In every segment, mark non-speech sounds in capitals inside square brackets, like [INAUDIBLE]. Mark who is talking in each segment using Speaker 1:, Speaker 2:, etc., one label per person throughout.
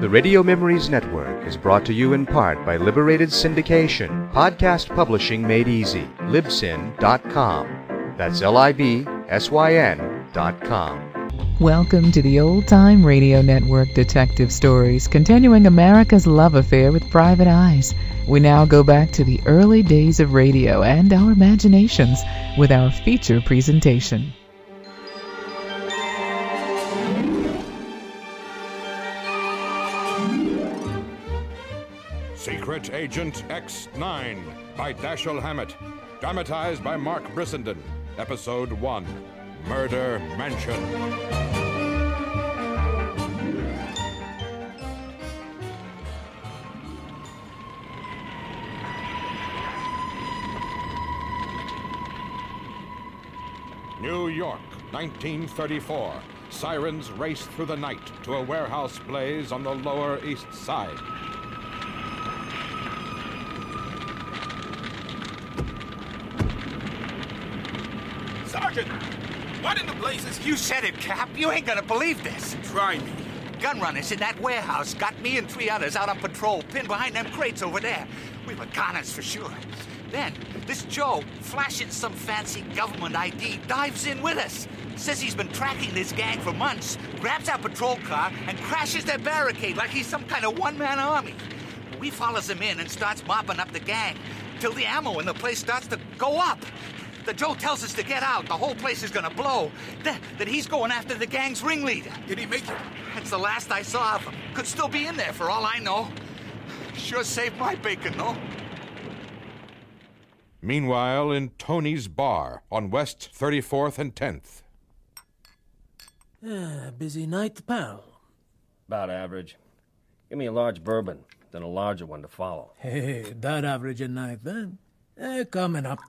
Speaker 1: The Radio Memories Network is brought to you in part by Liberated Syndication, podcast publishing made easy. Libsyn.com. That's L I B S Y N.com.
Speaker 2: Welcome to the Old Time Radio Network Detective Stories, continuing America's love affair with private eyes. We now go back to the early days of radio and our imaginations with our feature presentation.
Speaker 3: Secret Agent X9 by Dashiell Hammett. Dramatized by Mark Brissenden. Episode 1 Murder Mansion. New York, 1934. Sirens race through the night to a warehouse blaze on the Lower East Side.
Speaker 4: Sergeant! What in the blazes?
Speaker 5: You said it, Cap. You ain't gonna believe this.
Speaker 4: Try me.
Speaker 5: Gun runners in that warehouse got me and three others out on patrol, pinned behind them crates over there. We were goners for sure. Then, this Joe, flashing some fancy government ID, dives in with us. Says he's been tracking this gang for months, grabs our patrol car, and crashes their barricade like he's some kind of one man army. We follows him in and starts mopping up the gang till the ammo in the place starts to go up. The Joe tells us to get out, the whole place is gonna blow. Th- that he's going after the gang's ringleader.
Speaker 4: Did he make it?
Speaker 5: That's the last I saw of him. Could still be in there for all I know. Sure saved my bacon, though.
Speaker 3: Meanwhile, in Tony's bar on West 34th and 10th.
Speaker 6: Ah, busy night, [LAUGHS] pal.
Speaker 7: About average. Give me a large bourbon, then a larger one to follow.
Speaker 6: Hey, Eh, that average a night, then. Eh, coming up.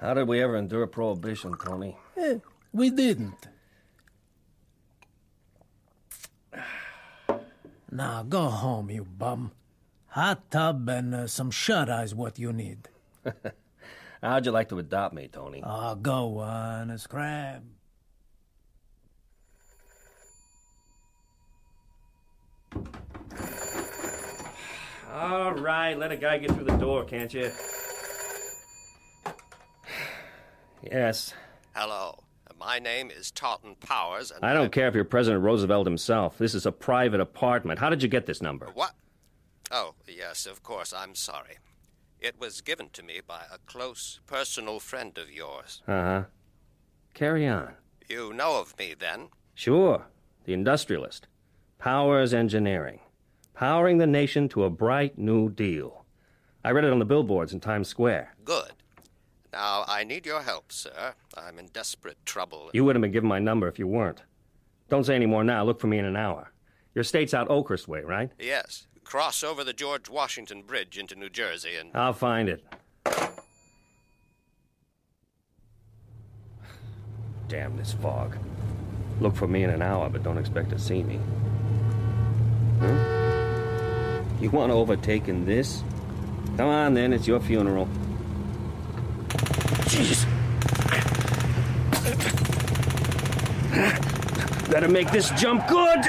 Speaker 7: How did we ever endure prohibition, Tony?
Speaker 6: Eh, we didn't. [SIGHS] Now go home, you bum. Hot tub and uh, some shut eye's what you need.
Speaker 7: How'd you like to adopt me, Tony?
Speaker 6: Ah, go on, a scrap.
Speaker 7: All right, let a guy get through the door, can't you? Yes.
Speaker 8: Hello. My name is Tarleton Powers, and
Speaker 7: I don't care if you're President Roosevelt himself. This is a private apartment. How did you get this number?
Speaker 8: What? Oh, yes, of course. I'm sorry. It was given to me by a close personal friend of yours.
Speaker 7: Uh huh. Carry on.
Speaker 8: You know of me, then?
Speaker 7: Sure. The industrialist. Powers Engineering. Powering the nation to a bright new deal. I read it on the billboards in Times Square.
Speaker 8: Good. Now, I need your help, sir. I'm in desperate trouble.
Speaker 7: You would have been given my number if you weren't. Don't say any more now. Look for me in an hour. Your state's out Oakhurst way, right?
Speaker 8: Yes. Cross over the George Washington Bridge into New Jersey and.
Speaker 7: I'll find it. Damn this fog. Look for me in an hour, but don't expect to see me. Huh? Hmm? You want to overtake in this? Come on, then. It's your funeral. Jeez. Better make this jump good.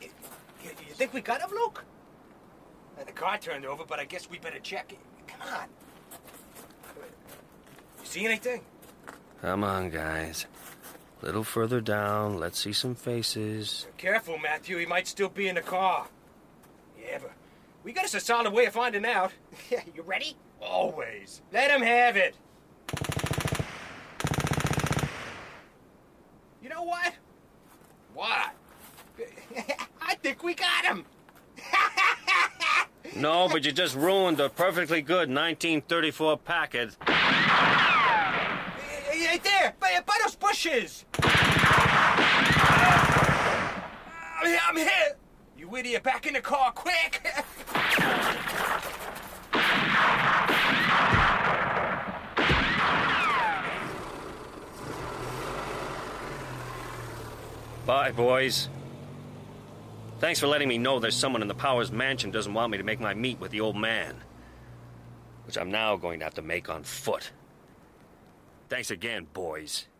Speaker 4: You, you think we got him, Luke? Uh, The car turned over, but I guess we better check. Come on. You see anything?
Speaker 7: Come on, guys. Little further down, let's see some faces.
Speaker 4: Careful, Matthew. He might still be in the car. Yeah, but [LAUGHS] we got us a solid way of finding out. you ready? Always. Let him have it. [LAUGHS] we got him!
Speaker 7: No, but you just ruined a perfectly good 1934 packet.
Speaker 4: Hey, hey, there! By, by those bushes! I'm here, I'm here! You idiot, back in the car, quick!
Speaker 7: Bye, boys. Thanks for letting me know there's someone in the Powers mansion doesn't want me to make my meet with the old man. Which I'm now going to have to make on foot. Thanks again, boys.
Speaker 9: [LAUGHS]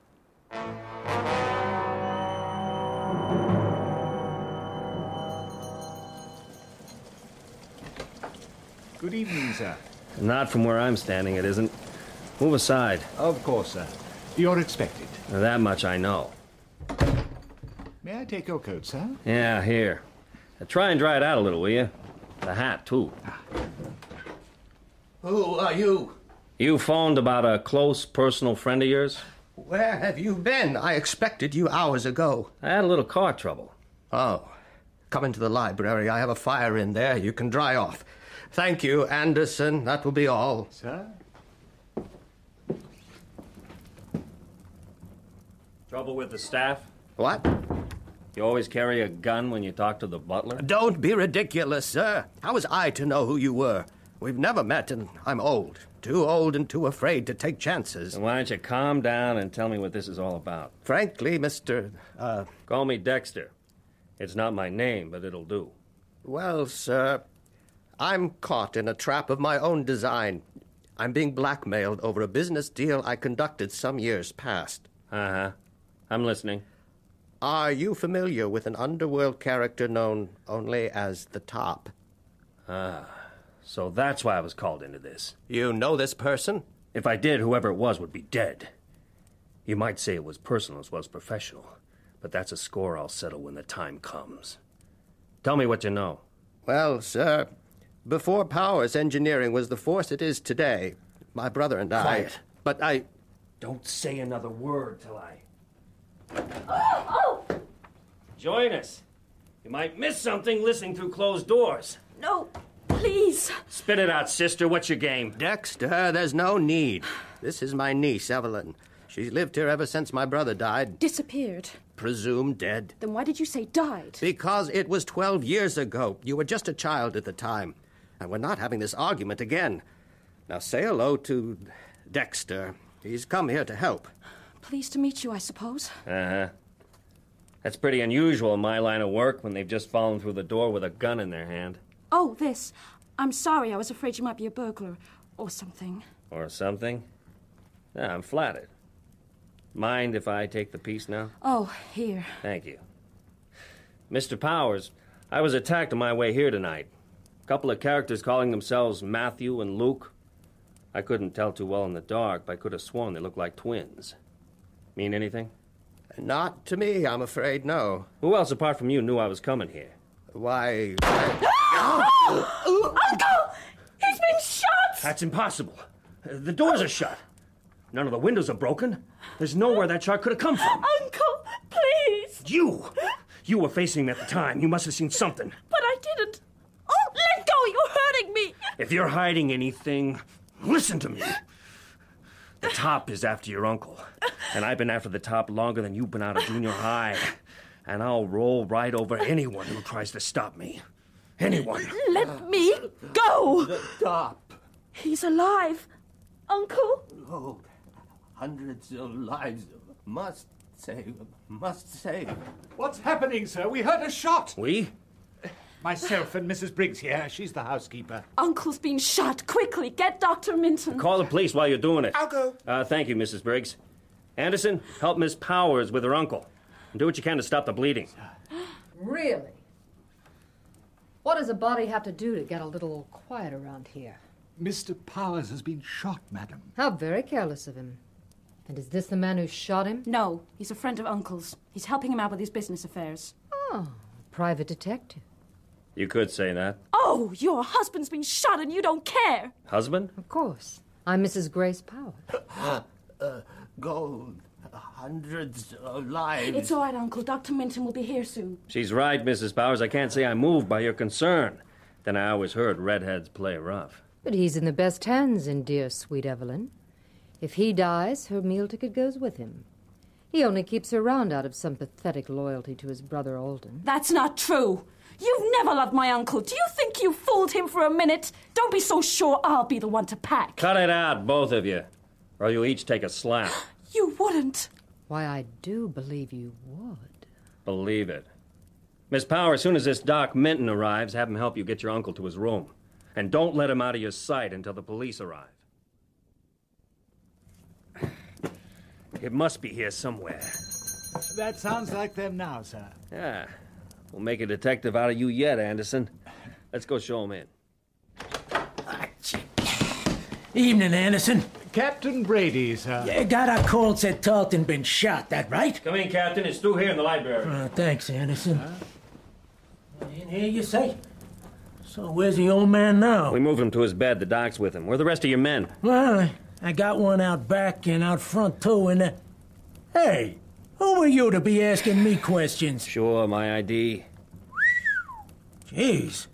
Speaker 9: Good evening, sir.
Speaker 7: Not from where I'm standing, it isn't. Move aside.
Speaker 9: Of course, sir. You're expected.
Speaker 7: Now, that much I know.
Speaker 9: May I take your coat, sir?
Speaker 7: Yeah, here. Now, try and dry it out a little, will you? The hat, too.
Speaker 10: Who are you?
Speaker 7: You phoned about a close personal friend of yours?
Speaker 10: Where have you been? I expected you hours ago.
Speaker 7: I had a little car trouble.
Speaker 10: Oh. Come into the library. I have a fire in there. You can dry off. Thank you, Anderson. That will be all.
Speaker 9: Sir?
Speaker 7: Trouble with the staff?
Speaker 10: What?
Speaker 7: You always carry a gun when you talk to the butler?
Speaker 10: Don't be ridiculous, sir. How was I to know who you were? We've never met, and I'm old. Too old and too afraid to take chances.
Speaker 7: Then why don't you calm down and tell me what this is all about?
Speaker 10: Frankly, Mr. Uh,
Speaker 7: Call me Dexter. It's not my name, but it'll do.
Speaker 10: well, sir, I'm caught in a trap of my own design. I'm being blackmailed over a business deal I conducted some years past.
Speaker 7: Uh huh. I'm listening.
Speaker 10: Are you familiar with an underworld character known only as the Top?
Speaker 7: Ah, so that's why I was called into this.
Speaker 10: You know this person?
Speaker 7: If I did, whoever it was would be dead. You might say it was personal as well as professional, but that's a score I'll settle when the time comes. Tell me what you know.
Speaker 10: Well, sir, before Powers Engineering was the force it is today, my brother and I.
Speaker 7: Quiet.
Speaker 10: But I.
Speaker 7: Don't say another word till I.
Speaker 11: Oh, oh,
Speaker 7: Join us. You might miss something listening through closed doors.
Speaker 11: no, please.
Speaker 7: Spit it out, sister. What's your game?
Speaker 10: Dexter, there's no need. This is my niece, Evelyn. She's lived here ever since my brother died,
Speaker 11: Disappeared.
Speaker 10: presumed dead.
Speaker 11: Then why did you say died?
Speaker 10: Because it was 12 years ago. You were just a child at the time. And we're not having this argument again. Now say hello to Dexter. He's come here to help.
Speaker 11: Pleased to meet you, I suppose.
Speaker 7: Uh huh. That's pretty unusual in my line of work when they've just fallen through the door with a gun in their hand.
Speaker 11: Oh, this. I'm sorry, I was afraid you might be a burglar or something.
Speaker 7: Or something. Yeah, I'm flattered. Mind if I take the piece now?
Speaker 11: Oh, here.
Speaker 7: Thank you. Mr. Powers, I was attacked on my way here tonight. A couple of characters calling themselves Matthew and Luke. I couldn't tell too well in the dark, but I could have sworn they looked like twins. Mean anything?
Speaker 10: Not to me, I'm afraid, no.
Speaker 7: Who else apart from you knew I was coming here?
Speaker 10: Why.
Speaker 11: Oh! Uncle! He's been shot!
Speaker 7: That's impossible. Uh, The doors are shut. None of the windows are broken. There's nowhere that shot could have come from.
Speaker 11: Uncle, please!
Speaker 7: You! You were facing me at the time. You must have seen something.
Speaker 11: But I didn't. Oh, let go! You're hurting me!
Speaker 7: If you're hiding anything, listen to me. The top is after your uncle, and I've been after the top longer than you've been out of junior high. And I'll roll right over anyone who tries to stop me. Anyone.
Speaker 11: Let me go!
Speaker 10: Stop.
Speaker 11: He's alive! Uncle?
Speaker 10: Oh, hundreds of lives must save, must save.
Speaker 9: What's happening, sir? We heard a shot.
Speaker 7: We?
Speaker 9: Myself and Mrs. Briggs here. She's the housekeeper.
Speaker 11: Uncle's been shot. Quickly, get Dr. Minton.
Speaker 7: Call the police while you're doing it.
Speaker 4: I'll go.
Speaker 7: Uh, thank you, Mrs. Briggs. Anderson, help Miss Powers with her uncle. And do what you can to stop the bleeding.
Speaker 12: Really? What does a body have to do to get a little quiet around here?
Speaker 9: Mr. Powers has been shot, madam.
Speaker 12: How very careless of him. And is this the man who shot him?
Speaker 11: No, he's a friend of Uncle's. He's helping him out with his business affairs.
Speaker 12: Oh, private detective.
Speaker 7: You could say that.
Speaker 11: Oh, your husband's been shot and you don't care!
Speaker 7: Husband?
Speaker 12: Of course. I'm Mrs. Grace Powell.
Speaker 10: Uh, Gold,
Speaker 13: hundreds of lives.
Speaker 11: It's all right, Uncle. Dr. Minton will be here soon.
Speaker 7: She's right, Mrs. Bowers. I can't say I'm moved by your concern. Then I always heard redheads play rough.
Speaker 12: But he's in the best hands in dear sweet Evelyn. If he dies, her meal ticket goes with him. He only keeps her round out of some pathetic loyalty to his brother Alden.
Speaker 11: That's not true. You've never loved my uncle. Do you think you fooled him for a minute? Don't be so sure I'll be the one to pack.
Speaker 7: Cut it out, both of you, or you'll each take a slap.
Speaker 11: You wouldn't.
Speaker 12: Why, I do believe you would.
Speaker 7: Believe it. Miss Power, as soon as this Doc Minton arrives, have him help you get your uncle to his room. And don't let him out of your sight until the police arrive. [SIGHS] It must be here somewhere.
Speaker 9: That sounds like them now, sir.
Speaker 7: Yeah. We'll make a detective out of you yet, Anderson. Let's go show him in.
Speaker 6: Evening, Anderson.
Speaker 9: Captain Brady, sir.
Speaker 6: You got a call said Tarleton been shot, that right?
Speaker 7: Come in, Captain. It's Stu here in the library.
Speaker 6: Uh, thanks, Anderson. In here, you say? So where's the old man now?
Speaker 7: We moved him to his bed. The doc's with him. Where are the rest of your men?
Speaker 6: Well, I- I got one out back and out front, too, and. Uh, hey, who are you to be asking me questions?
Speaker 7: Sure, my ID.
Speaker 6: Jeez.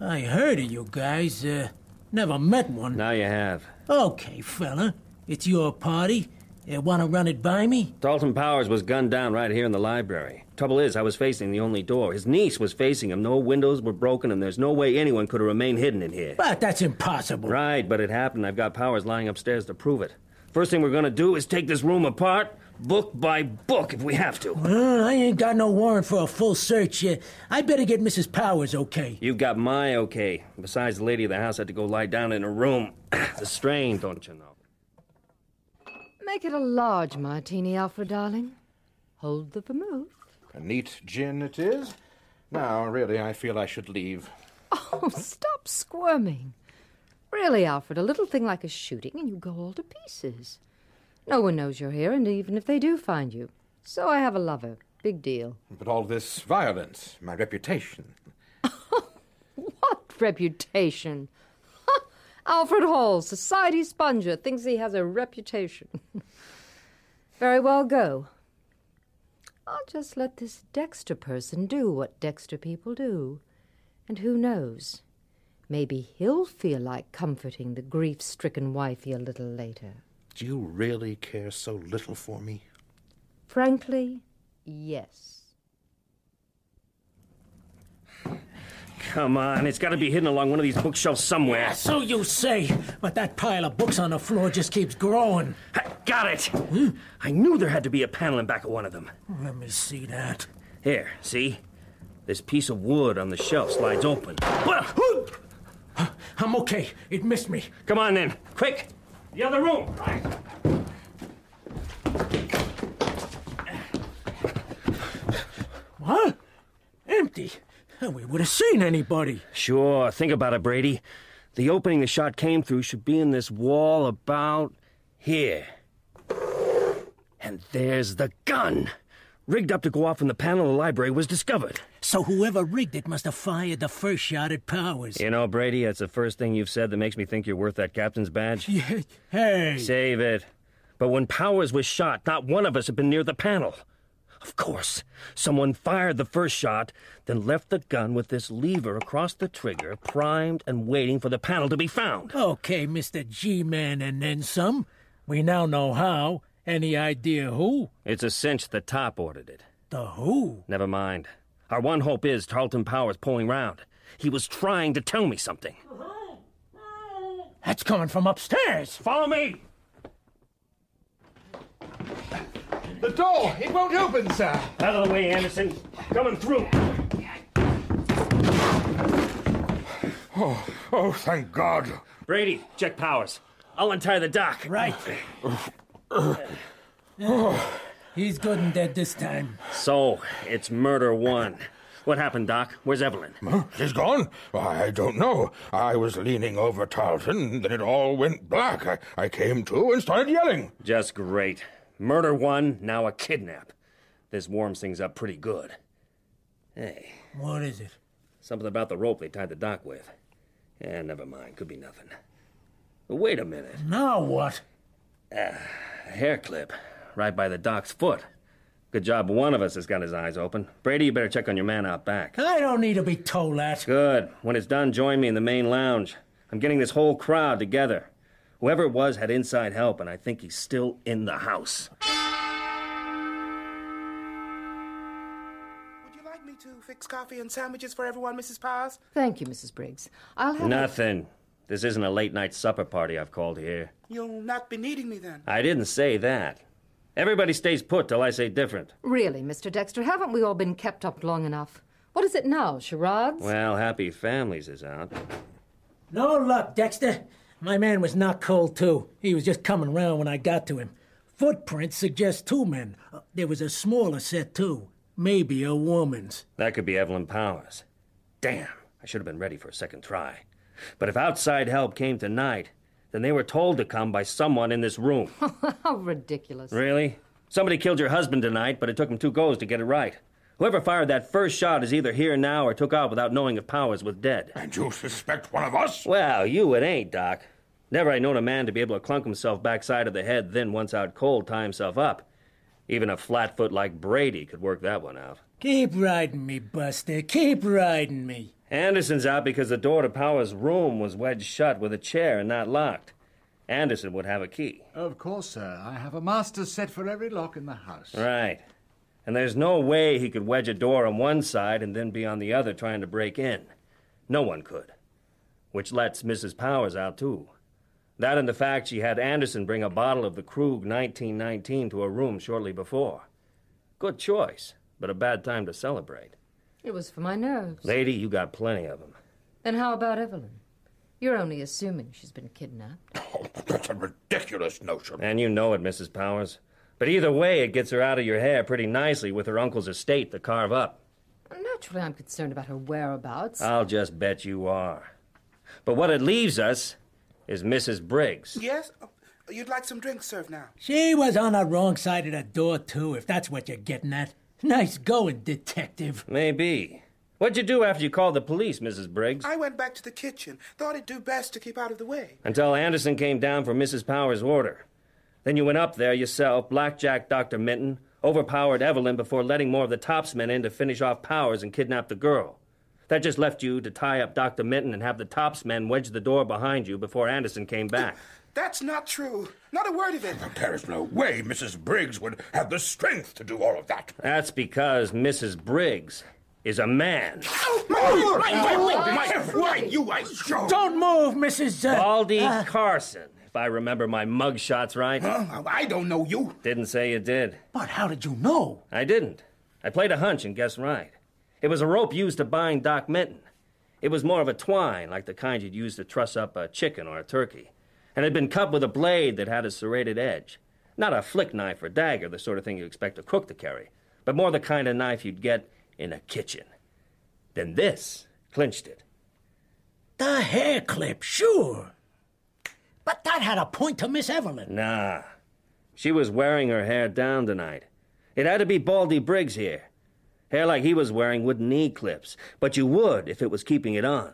Speaker 6: I heard of you guys. Uh, never met one.
Speaker 7: Now you have.
Speaker 6: Okay, fella. It's your party. You want to run it by me?
Speaker 7: Dalton Powers was gunned down right here in the library. Trouble is, I was facing the only door. His niece was facing him. No windows were broken, and there's no way anyone could have remained hidden in here.
Speaker 6: But that's impossible.
Speaker 7: Right, but it happened. I've got Powers lying upstairs to prove it. First thing we're gonna do is take this room apart, book by book, if we have to.
Speaker 6: Well, I ain't got no warrant for a full search. Uh, I better get Mrs. Powers okay.
Speaker 7: You've got my okay. Besides, the lady of the house had to go lie down in her room. [SIGHS] the strain, don't you know?
Speaker 12: Make it a large martini, Alfred, darling. Hold the vermouth.
Speaker 14: A neat gin it is. Now, really, I feel I should leave.
Speaker 12: [LAUGHS] Oh, stop squirming. Really, Alfred, a little thing like a shooting and you go all to pieces. No one knows you're here, and even if they do find you. So I have a lover. Big deal.
Speaker 14: But all this violence, my reputation.
Speaker 12: What reputation? Alfred Hall, society sponger, thinks he has a reputation. [LAUGHS] Very well, go. I'll just let this Dexter person do what Dexter people do. And who knows? Maybe he'll feel like comforting the grief stricken wifey a little later.
Speaker 14: Do you really care so little for me?
Speaker 12: Frankly, yes.
Speaker 7: Come on, it's got to be hidden along one of these bookshelves somewhere.
Speaker 6: So you say, but that pile of books on the floor just keeps growing.
Speaker 7: I got it! I knew there had to be a panel in back of one of them.
Speaker 6: Let me see that.
Speaker 7: Here, see? This piece of wood on the shelf slides open.
Speaker 6: I'm okay. It missed me.
Speaker 7: Come on then, quick! The other room! Right.
Speaker 6: What? Empty. Uh, We would have seen anybody.
Speaker 7: Sure, think about it, Brady. The opening the shot came through should be in this wall about here. And there's the gun! Rigged up to go off when the panel of the library was discovered.
Speaker 6: So whoever rigged it must have fired the first shot at Powers.
Speaker 7: You know, Brady, that's the first thing you've said that makes me think you're worth that captain's badge.
Speaker 6: Hey!
Speaker 7: Save it. But when Powers was shot, not one of us had been near the panel. Of course, someone fired the first shot, then left the gun with this lever across the trigger, primed and waiting for the panel to be found.
Speaker 6: Okay, Mr. G Man, and then some. We now know how. Any idea who?
Speaker 7: It's a cinch the top ordered it.
Speaker 6: The who?
Speaker 7: Never mind. Our one hope is Tarleton Powers pulling round. He was trying to tell me something.
Speaker 6: That's coming from upstairs.
Speaker 7: Follow me.
Speaker 9: The door! It won't open, sir.
Speaker 7: Out of the way, Anderson. Coming through.
Speaker 14: Oh, oh, thank God.
Speaker 7: Brady, check Powers. I'll untie the dock. [SIGHS]
Speaker 6: Right. He's good and dead this time.
Speaker 7: So, it's murder one. What happened, Doc? Where's Evelyn?
Speaker 14: She's gone? I don't know. I was leaning over Tarleton, then it all went black. I, I came to and started yelling.
Speaker 7: Just great. Murder one, now a kidnap. This warms things up pretty good. Hey,
Speaker 6: What is it?
Speaker 7: something about the rope they tied the dock with. Yeah, never mind. Could be nothing. Wait a minute.
Speaker 6: Now what?
Speaker 7: A hair clip right by the doc's foot. Good job one of us has got his eyes open. Brady, you better check on your man out back.
Speaker 6: I don't need to be told that.
Speaker 7: Good. When it's done, join me in the main lounge. I'm getting this whole crowd together. Whoever it was had inside help, and I think he's still in the house.
Speaker 15: Would you like me to fix coffee and sandwiches for everyone, Mrs. Powers?
Speaker 12: Thank you, Mrs. Briggs. I'll have.
Speaker 7: Nothing. This isn't a late night supper party I've called here.
Speaker 15: You'll not be needing me then.
Speaker 7: I didn't say that. Everybody stays put till I say different.
Speaker 12: Really, Mr. Dexter, haven't we all been kept up long enough? What is it now? Charades? [LAUGHS]
Speaker 7: Well, Happy Families is out.
Speaker 6: No luck, Dexter. My man was not cold, too. He was just coming round when I got to him. Footprints suggest two men. Uh, There was a smaller set, too. Maybe a woman's.
Speaker 7: That could be Evelyn Powers. Damn, I should have been ready for a second try. But if outside help came tonight, then they were told to come by someone in this room.
Speaker 12: How ridiculous.
Speaker 7: Really? Somebody killed your husband tonight, but it took him two goes to get it right. Whoever fired that first shot is either here now or took out without knowing if Powers was dead.
Speaker 14: And you suspect one of us?
Speaker 7: Well, you it ain't, Doc. Never I known a man to be able to clunk himself backside of the head, then once out cold, tie himself up. Even a flatfoot like Brady could work that one out.
Speaker 6: Keep riding me, Buster. Keep riding me.
Speaker 7: Anderson's out because the door to Powers' room was wedged shut with a chair and not locked. Anderson would have a key.
Speaker 9: Of course, sir. I have a master set for every lock in the house.
Speaker 7: Right. And there's no way he could wedge a door on one side and then be on the other trying to break in. No one could. Which lets Mrs. Powers out, too. That and the fact she had Anderson bring a bottle of the Krug 1919 to her room shortly before. Good choice, but a bad time to celebrate.
Speaker 12: It was for my nerves.
Speaker 7: Lady, you got plenty of them.
Speaker 12: And how about Evelyn? You're only assuming she's been kidnapped.
Speaker 7: That's a ridiculous
Speaker 3: Oh,
Speaker 7: notion. And you know it, Mrs. Powers. But either way, it gets her out of your hair pretty nicely with her uncle's estate to carve up.
Speaker 12: Naturally, I'm concerned about her whereabouts.
Speaker 7: I'll just bet you are. But what it leaves us is Mrs. Briggs.
Speaker 15: Yes? Oh, You'd like some drinks served now?
Speaker 6: She was on the wrong side of the door, too, if that's what you're getting at. Nice going, detective.
Speaker 7: Maybe. What'd you do after you called the police, Mrs. Briggs?
Speaker 15: I went back to the kitchen. Thought it'd do best to keep out of the way.
Speaker 7: Until Anderson came down for Mrs. Powers' order. Then you went up there yourself, blackjacked Dr. Minton, overpowered Evelyn before letting more of the tops men in to finish off Powers and kidnap the girl. That just left you to tie up Dr. Minton and have the tops men wedge the door behind you before Anderson came back.
Speaker 15: That's not true. Not a word of it.
Speaker 14: There is no way Mrs. Briggs would have the strength to do all of that.
Speaker 7: That's because Mrs. Briggs is a man.
Speaker 14: you, I
Speaker 6: Don't move, Mrs. Uh,
Speaker 7: Baldy
Speaker 6: uh,
Speaker 7: Carson, if I remember my mug shots right.
Speaker 14: I don't know you.
Speaker 7: Didn't say you did.
Speaker 6: But how did you know?
Speaker 7: I didn't. I played a hunch and guessed right. It was a rope used to bind Doc Minton. It was more of a twine, like the kind you'd use to truss up a chicken or a turkey, and had been cut with a blade that had a serrated edge. Not a flick knife or dagger, the sort of thing you expect a cook to carry, but more the kind of knife you'd get in a kitchen. Then this clinched it.
Speaker 6: The hair clip, sure. But that had a point to Miss Evelyn.
Speaker 7: Nah. She was wearing her hair down tonight. It had to be Baldy Briggs here. Hair like he was wearing wouldn't need clips, but you would if it was keeping it on.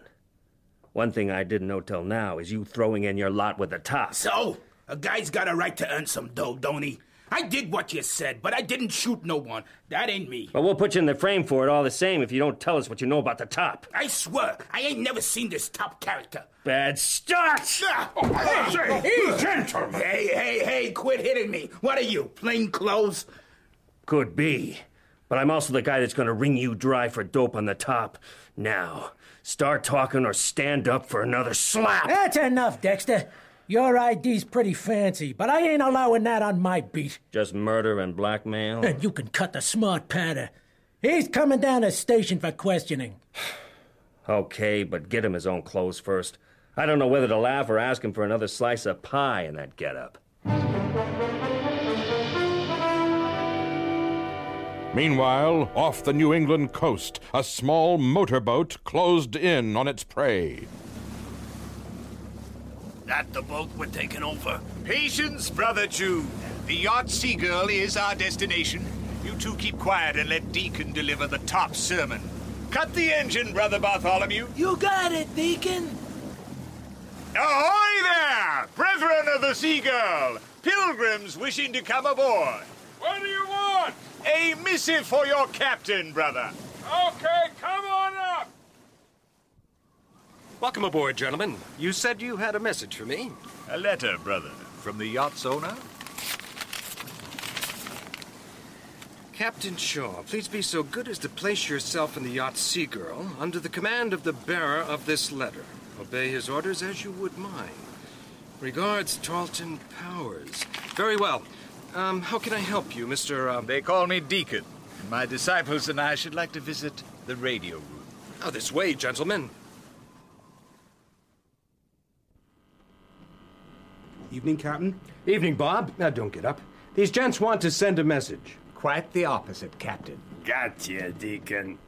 Speaker 7: One thing I didn't know till now is you throwing in your lot with the top.
Speaker 16: So, a guy's got a right to earn some dough, don't he? I did what you said, but I didn't shoot no one. That ain't me.
Speaker 7: But we'll put you in the frame for it all the same if you don't tell us what you know about the top.
Speaker 16: I swear, I ain't never seen this top character. Ah, oh,
Speaker 7: Bad start!
Speaker 16: Hey, Hey, hey, hey, quit hitting me. What are you, plain clothes?
Speaker 7: Could be. But I'm also the guy that's gonna wring you dry for dope on the top. Now, start talking or stand up for another slap.
Speaker 6: That's enough, Dexter. Your ID's pretty fancy, but I ain't allowing that on my beat.
Speaker 7: Just murder and blackmail?
Speaker 6: And you can cut the smart patter. He's coming down the station for questioning.
Speaker 7: Okay, but get him his own clothes first. I don't know whether to laugh or ask him for another slice of pie in that getup.
Speaker 3: Meanwhile, off the New England coast, a small motorboat closed in on its prey.
Speaker 17: That the boat we're taking over.
Speaker 5: Patience, Brother Jude.
Speaker 17: The yacht Seagirl is our destination. You two keep quiet and let Deacon deliver the top sermon. Cut the engine, Brother Bartholomew.
Speaker 6: You got it, Deacon.
Speaker 17: Ahoy there, brethren of the Seagull! Pilgrims wishing to come aboard.
Speaker 3: What do you want?
Speaker 17: A missive for your captain, brother.
Speaker 3: Okay, come on up.
Speaker 10: Welcome aboard, gentlemen. You said you had a message for me.
Speaker 17: A letter, brother, from the yacht's owner.
Speaker 10: Captain Shaw, please be so good as to place yourself in the yacht Sea Girl under the command of the bearer of this letter. Obey his orders as you would mine. Regards, Tarleton Powers. Very well. Um, how can I help you, Mr. Uh...
Speaker 17: They call me Deacon. My disciples and I should like to visit the radio room.
Speaker 10: Oh, this way, gentlemen.
Speaker 16: Evening, Captain.
Speaker 18: Evening, Bob. Now, don't get up. These gents want to send a message.
Speaker 16: Quite the opposite, Captain.
Speaker 18: Gotcha, Deacon.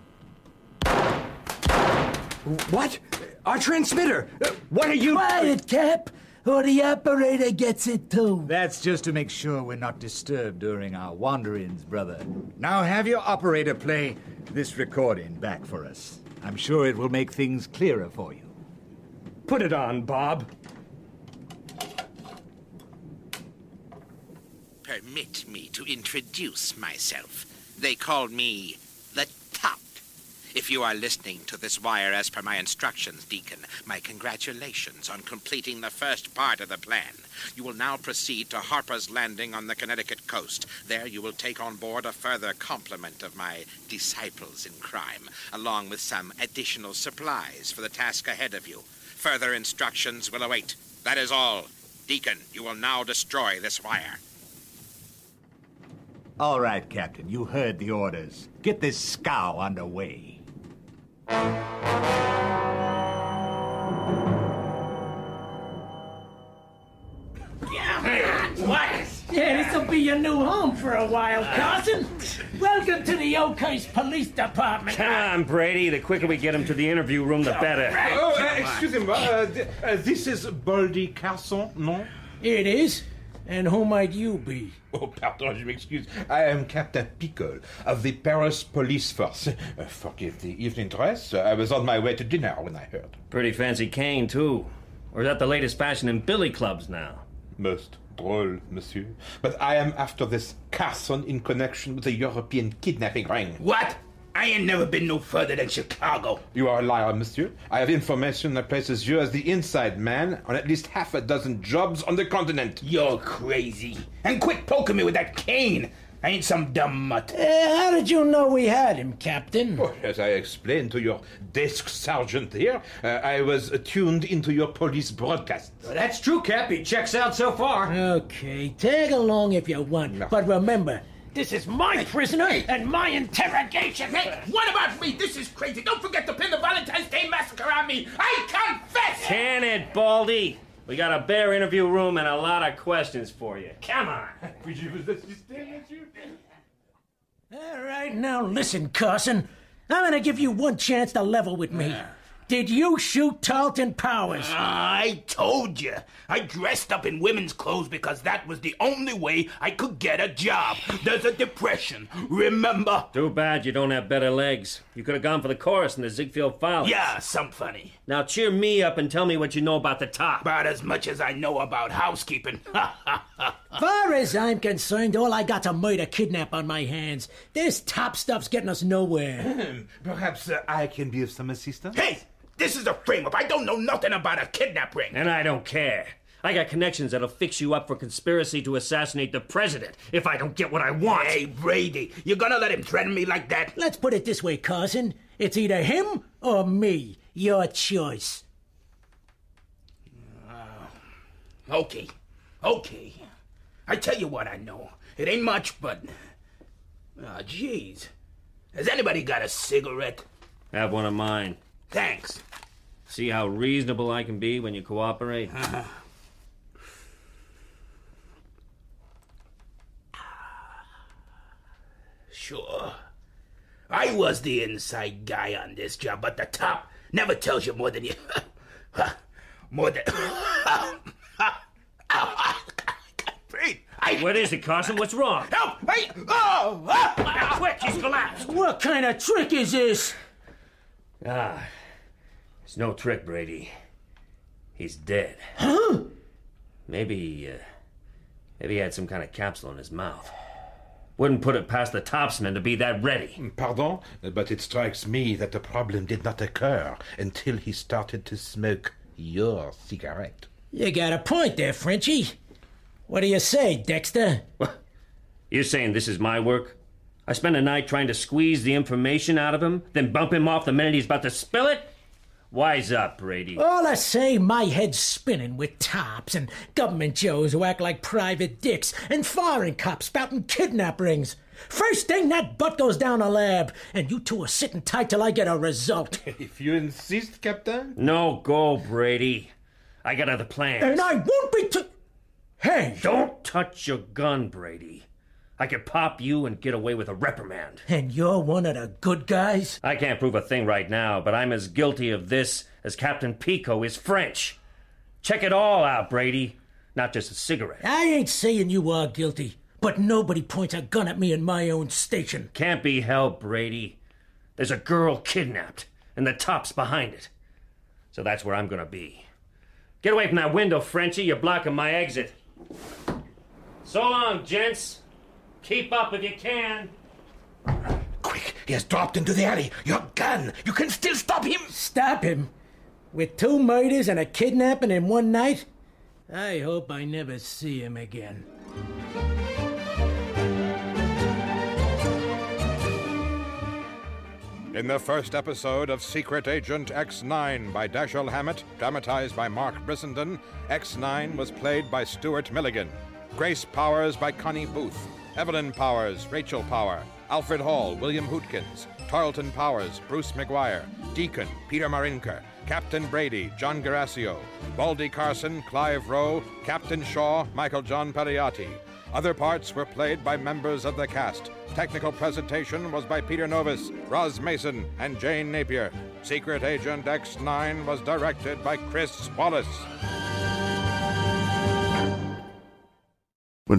Speaker 16: What? Our transmitter! Uh, what are you.
Speaker 6: Quiet, Cap! Or the operator gets it too.
Speaker 9: That's just to make sure we're not disturbed during our wanderings, brother. Now have your operator play this recording back for us. I'm sure it will make things clearer for you.
Speaker 18: Put it on, Bob.
Speaker 19: Permit me to introduce myself. They call me the Top. If you are listening to this wire as per my instructions, Deacon, my congratulations on completing the first part of the plan. You will now proceed to Harper's Landing on the Connecticut coast. There you will take on board a further complement of my disciples in crime, along with some additional supplies for the task ahead of you. Further instructions will await. That is all. Deacon, you will now destroy this wire.
Speaker 9: All right, Captain, you heard the orders. Get this scow underway.
Speaker 6: Hey, what? Yeah, this'll be your new home for a while, Carson. Welcome to the Oakhurst Police Department.
Speaker 7: Come on, Brady. The quicker we get him to the interview room, the better.
Speaker 20: Oh, uh, excuse me. Uh, th- uh, this is Baldy Carson, no?
Speaker 6: It is. And who might you be?
Speaker 20: Oh, pardon, je m'excuse. I am Captain Pickle of the Paris Police Force. Uh, forgive the evening dress. Uh, I was on my way to dinner when I heard.
Speaker 7: Pretty fancy cane, too. Or is that the latest fashion in billy clubs now?
Speaker 20: Most drôle, monsieur. But I am after this Carson in connection with the European kidnapping ring.
Speaker 16: What? I ain't never been no further than Chicago.
Speaker 20: You are a liar, monsieur. I have information that places you as the inside man on at least half a dozen jobs on the continent.
Speaker 16: You're crazy. And quit poking me with that cane. I ain't some dumb mutt.
Speaker 6: Uh, how did you know we had him, Captain?
Speaker 20: Oh, as I explained to your desk sergeant here, uh, I was tuned into your police broadcast.
Speaker 16: Well, that's true, Cap. He checks out so far.
Speaker 6: Okay, tag along if you want. No. But remember, this is my prisoner and my interrogation.
Speaker 16: Hey, what about me? This is crazy. Don't forget to pin the Valentine's Day massacre on me. I confess.
Speaker 7: Can it, Baldy? We got a bare interview room and a lot of questions for you. Come on.
Speaker 20: Would you stay at you?
Speaker 6: All right, now listen, Carson. I'm gonna give you one chance to level with me. Did you shoot Tarleton Powers?
Speaker 16: I told you. I dressed up in women's clothes because that was the only way I could get a job. There's a depression, remember?
Speaker 7: Too bad you don't have better legs. You could have gone for the chorus in the Ziegfeld Follies.
Speaker 16: Yeah, some funny.
Speaker 7: Now cheer me up and tell me what you know about the top.
Speaker 16: About as much as I know about housekeeping. [LAUGHS]
Speaker 6: Far as I'm concerned, all I got's a murder kidnap on my hands. This top stuff's getting us nowhere.
Speaker 20: Perhaps uh, I can be of some assistance?
Speaker 16: Hey! This is a frame up. I don't know nothing about a kidnap ring.
Speaker 7: And I don't care. I got connections that'll fix you up for conspiracy to assassinate the president if I don't get what I want.
Speaker 16: Hey, Brady, you're gonna let him threaten me like that?
Speaker 6: Let's put it this way, Carson. It's either him or me. Your choice.
Speaker 16: Uh, okay. Okay. I tell you what I know. It ain't much, but. Ah, oh, jeez. Has anybody got a cigarette?
Speaker 7: Have one of mine.
Speaker 16: Thanks.
Speaker 7: See how reasonable I can be when you cooperate? Uh-huh.
Speaker 16: Sure. I was the inside guy on this job, but the top never tells you more than you. [LAUGHS] more than.
Speaker 7: What is it, Carson? What's wrong?
Speaker 16: Help! Hey! Oh! oh.
Speaker 7: Quick, he's collapsed!
Speaker 6: What kind of trick is this?
Speaker 7: Ah, it's no trick, Brady. He's dead.
Speaker 6: Huh?
Speaker 7: Maybe, uh, maybe he had some kind of capsule in his mouth. Wouldn't put it past the topsman to be that ready.
Speaker 20: Pardon, but it strikes me that the problem did not occur until he started to smoke your cigarette.
Speaker 6: You got a point there, Frenchie. What do you say, Dexter?
Speaker 7: You're saying this is my work? I spent a night trying to squeeze the information out of him, then bump him off the minute he's about to spill it? Wise up, Brady.
Speaker 6: All I say, my head's spinning with tops and government Joes who act like private dicks and foreign cops spouting kidnap rings. First thing, that butt goes down a lab, and you two are sitting tight till I get a result.
Speaker 20: [LAUGHS] If you insist, Captain.
Speaker 7: No go, Brady. I got other plans.
Speaker 6: and I won't be t- Hey!
Speaker 7: Don't touch your gun, Brady. I could pop you and get away with a reprimand.
Speaker 6: And you're one of the good guys?
Speaker 7: I can't prove a thing right now, but I'm as guilty of this as Captain Pico is French. Check it all out, Brady. Not just a cigarette.
Speaker 6: I ain't saying you are guilty, but nobody points a gun at me in my own station.
Speaker 7: Can't be helped, Brady. There's a girl kidnapped, and the top's behind it. So that's where I'm gonna be. Get away from that window, Frenchie. You're blocking my exit. So long, gents. Keep up if you can.
Speaker 20: He has dropped into the alley. Your gun. You can still stop him.
Speaker 6: Stop him? With two murders and a kidnapping in one night? I hope I never see him again.
Speaker 3: In the first episode of Secret Agent X9 by Dashiell Hammett, dramatized by Mark Brissenden, X9 was played by Stuart Milligan, Grace Powers by Connie Booth, Evelyn Powers, Rachel Power, Alfred Hall, William Hootkins, Tarleton Powers, Bruce McGuire, Deacon, Peter Marinker, Captain Brady, John Garasio, Baldy Carson, Clive Rowe, Captain Shaw, Michael John Periotti, other parts were played by members of the cast. Technical presentation was by Peter Novis, Roz Mason, and Jane Napier. Secret Agent X9 was directed by Chris Wallace.
Speaker 21: When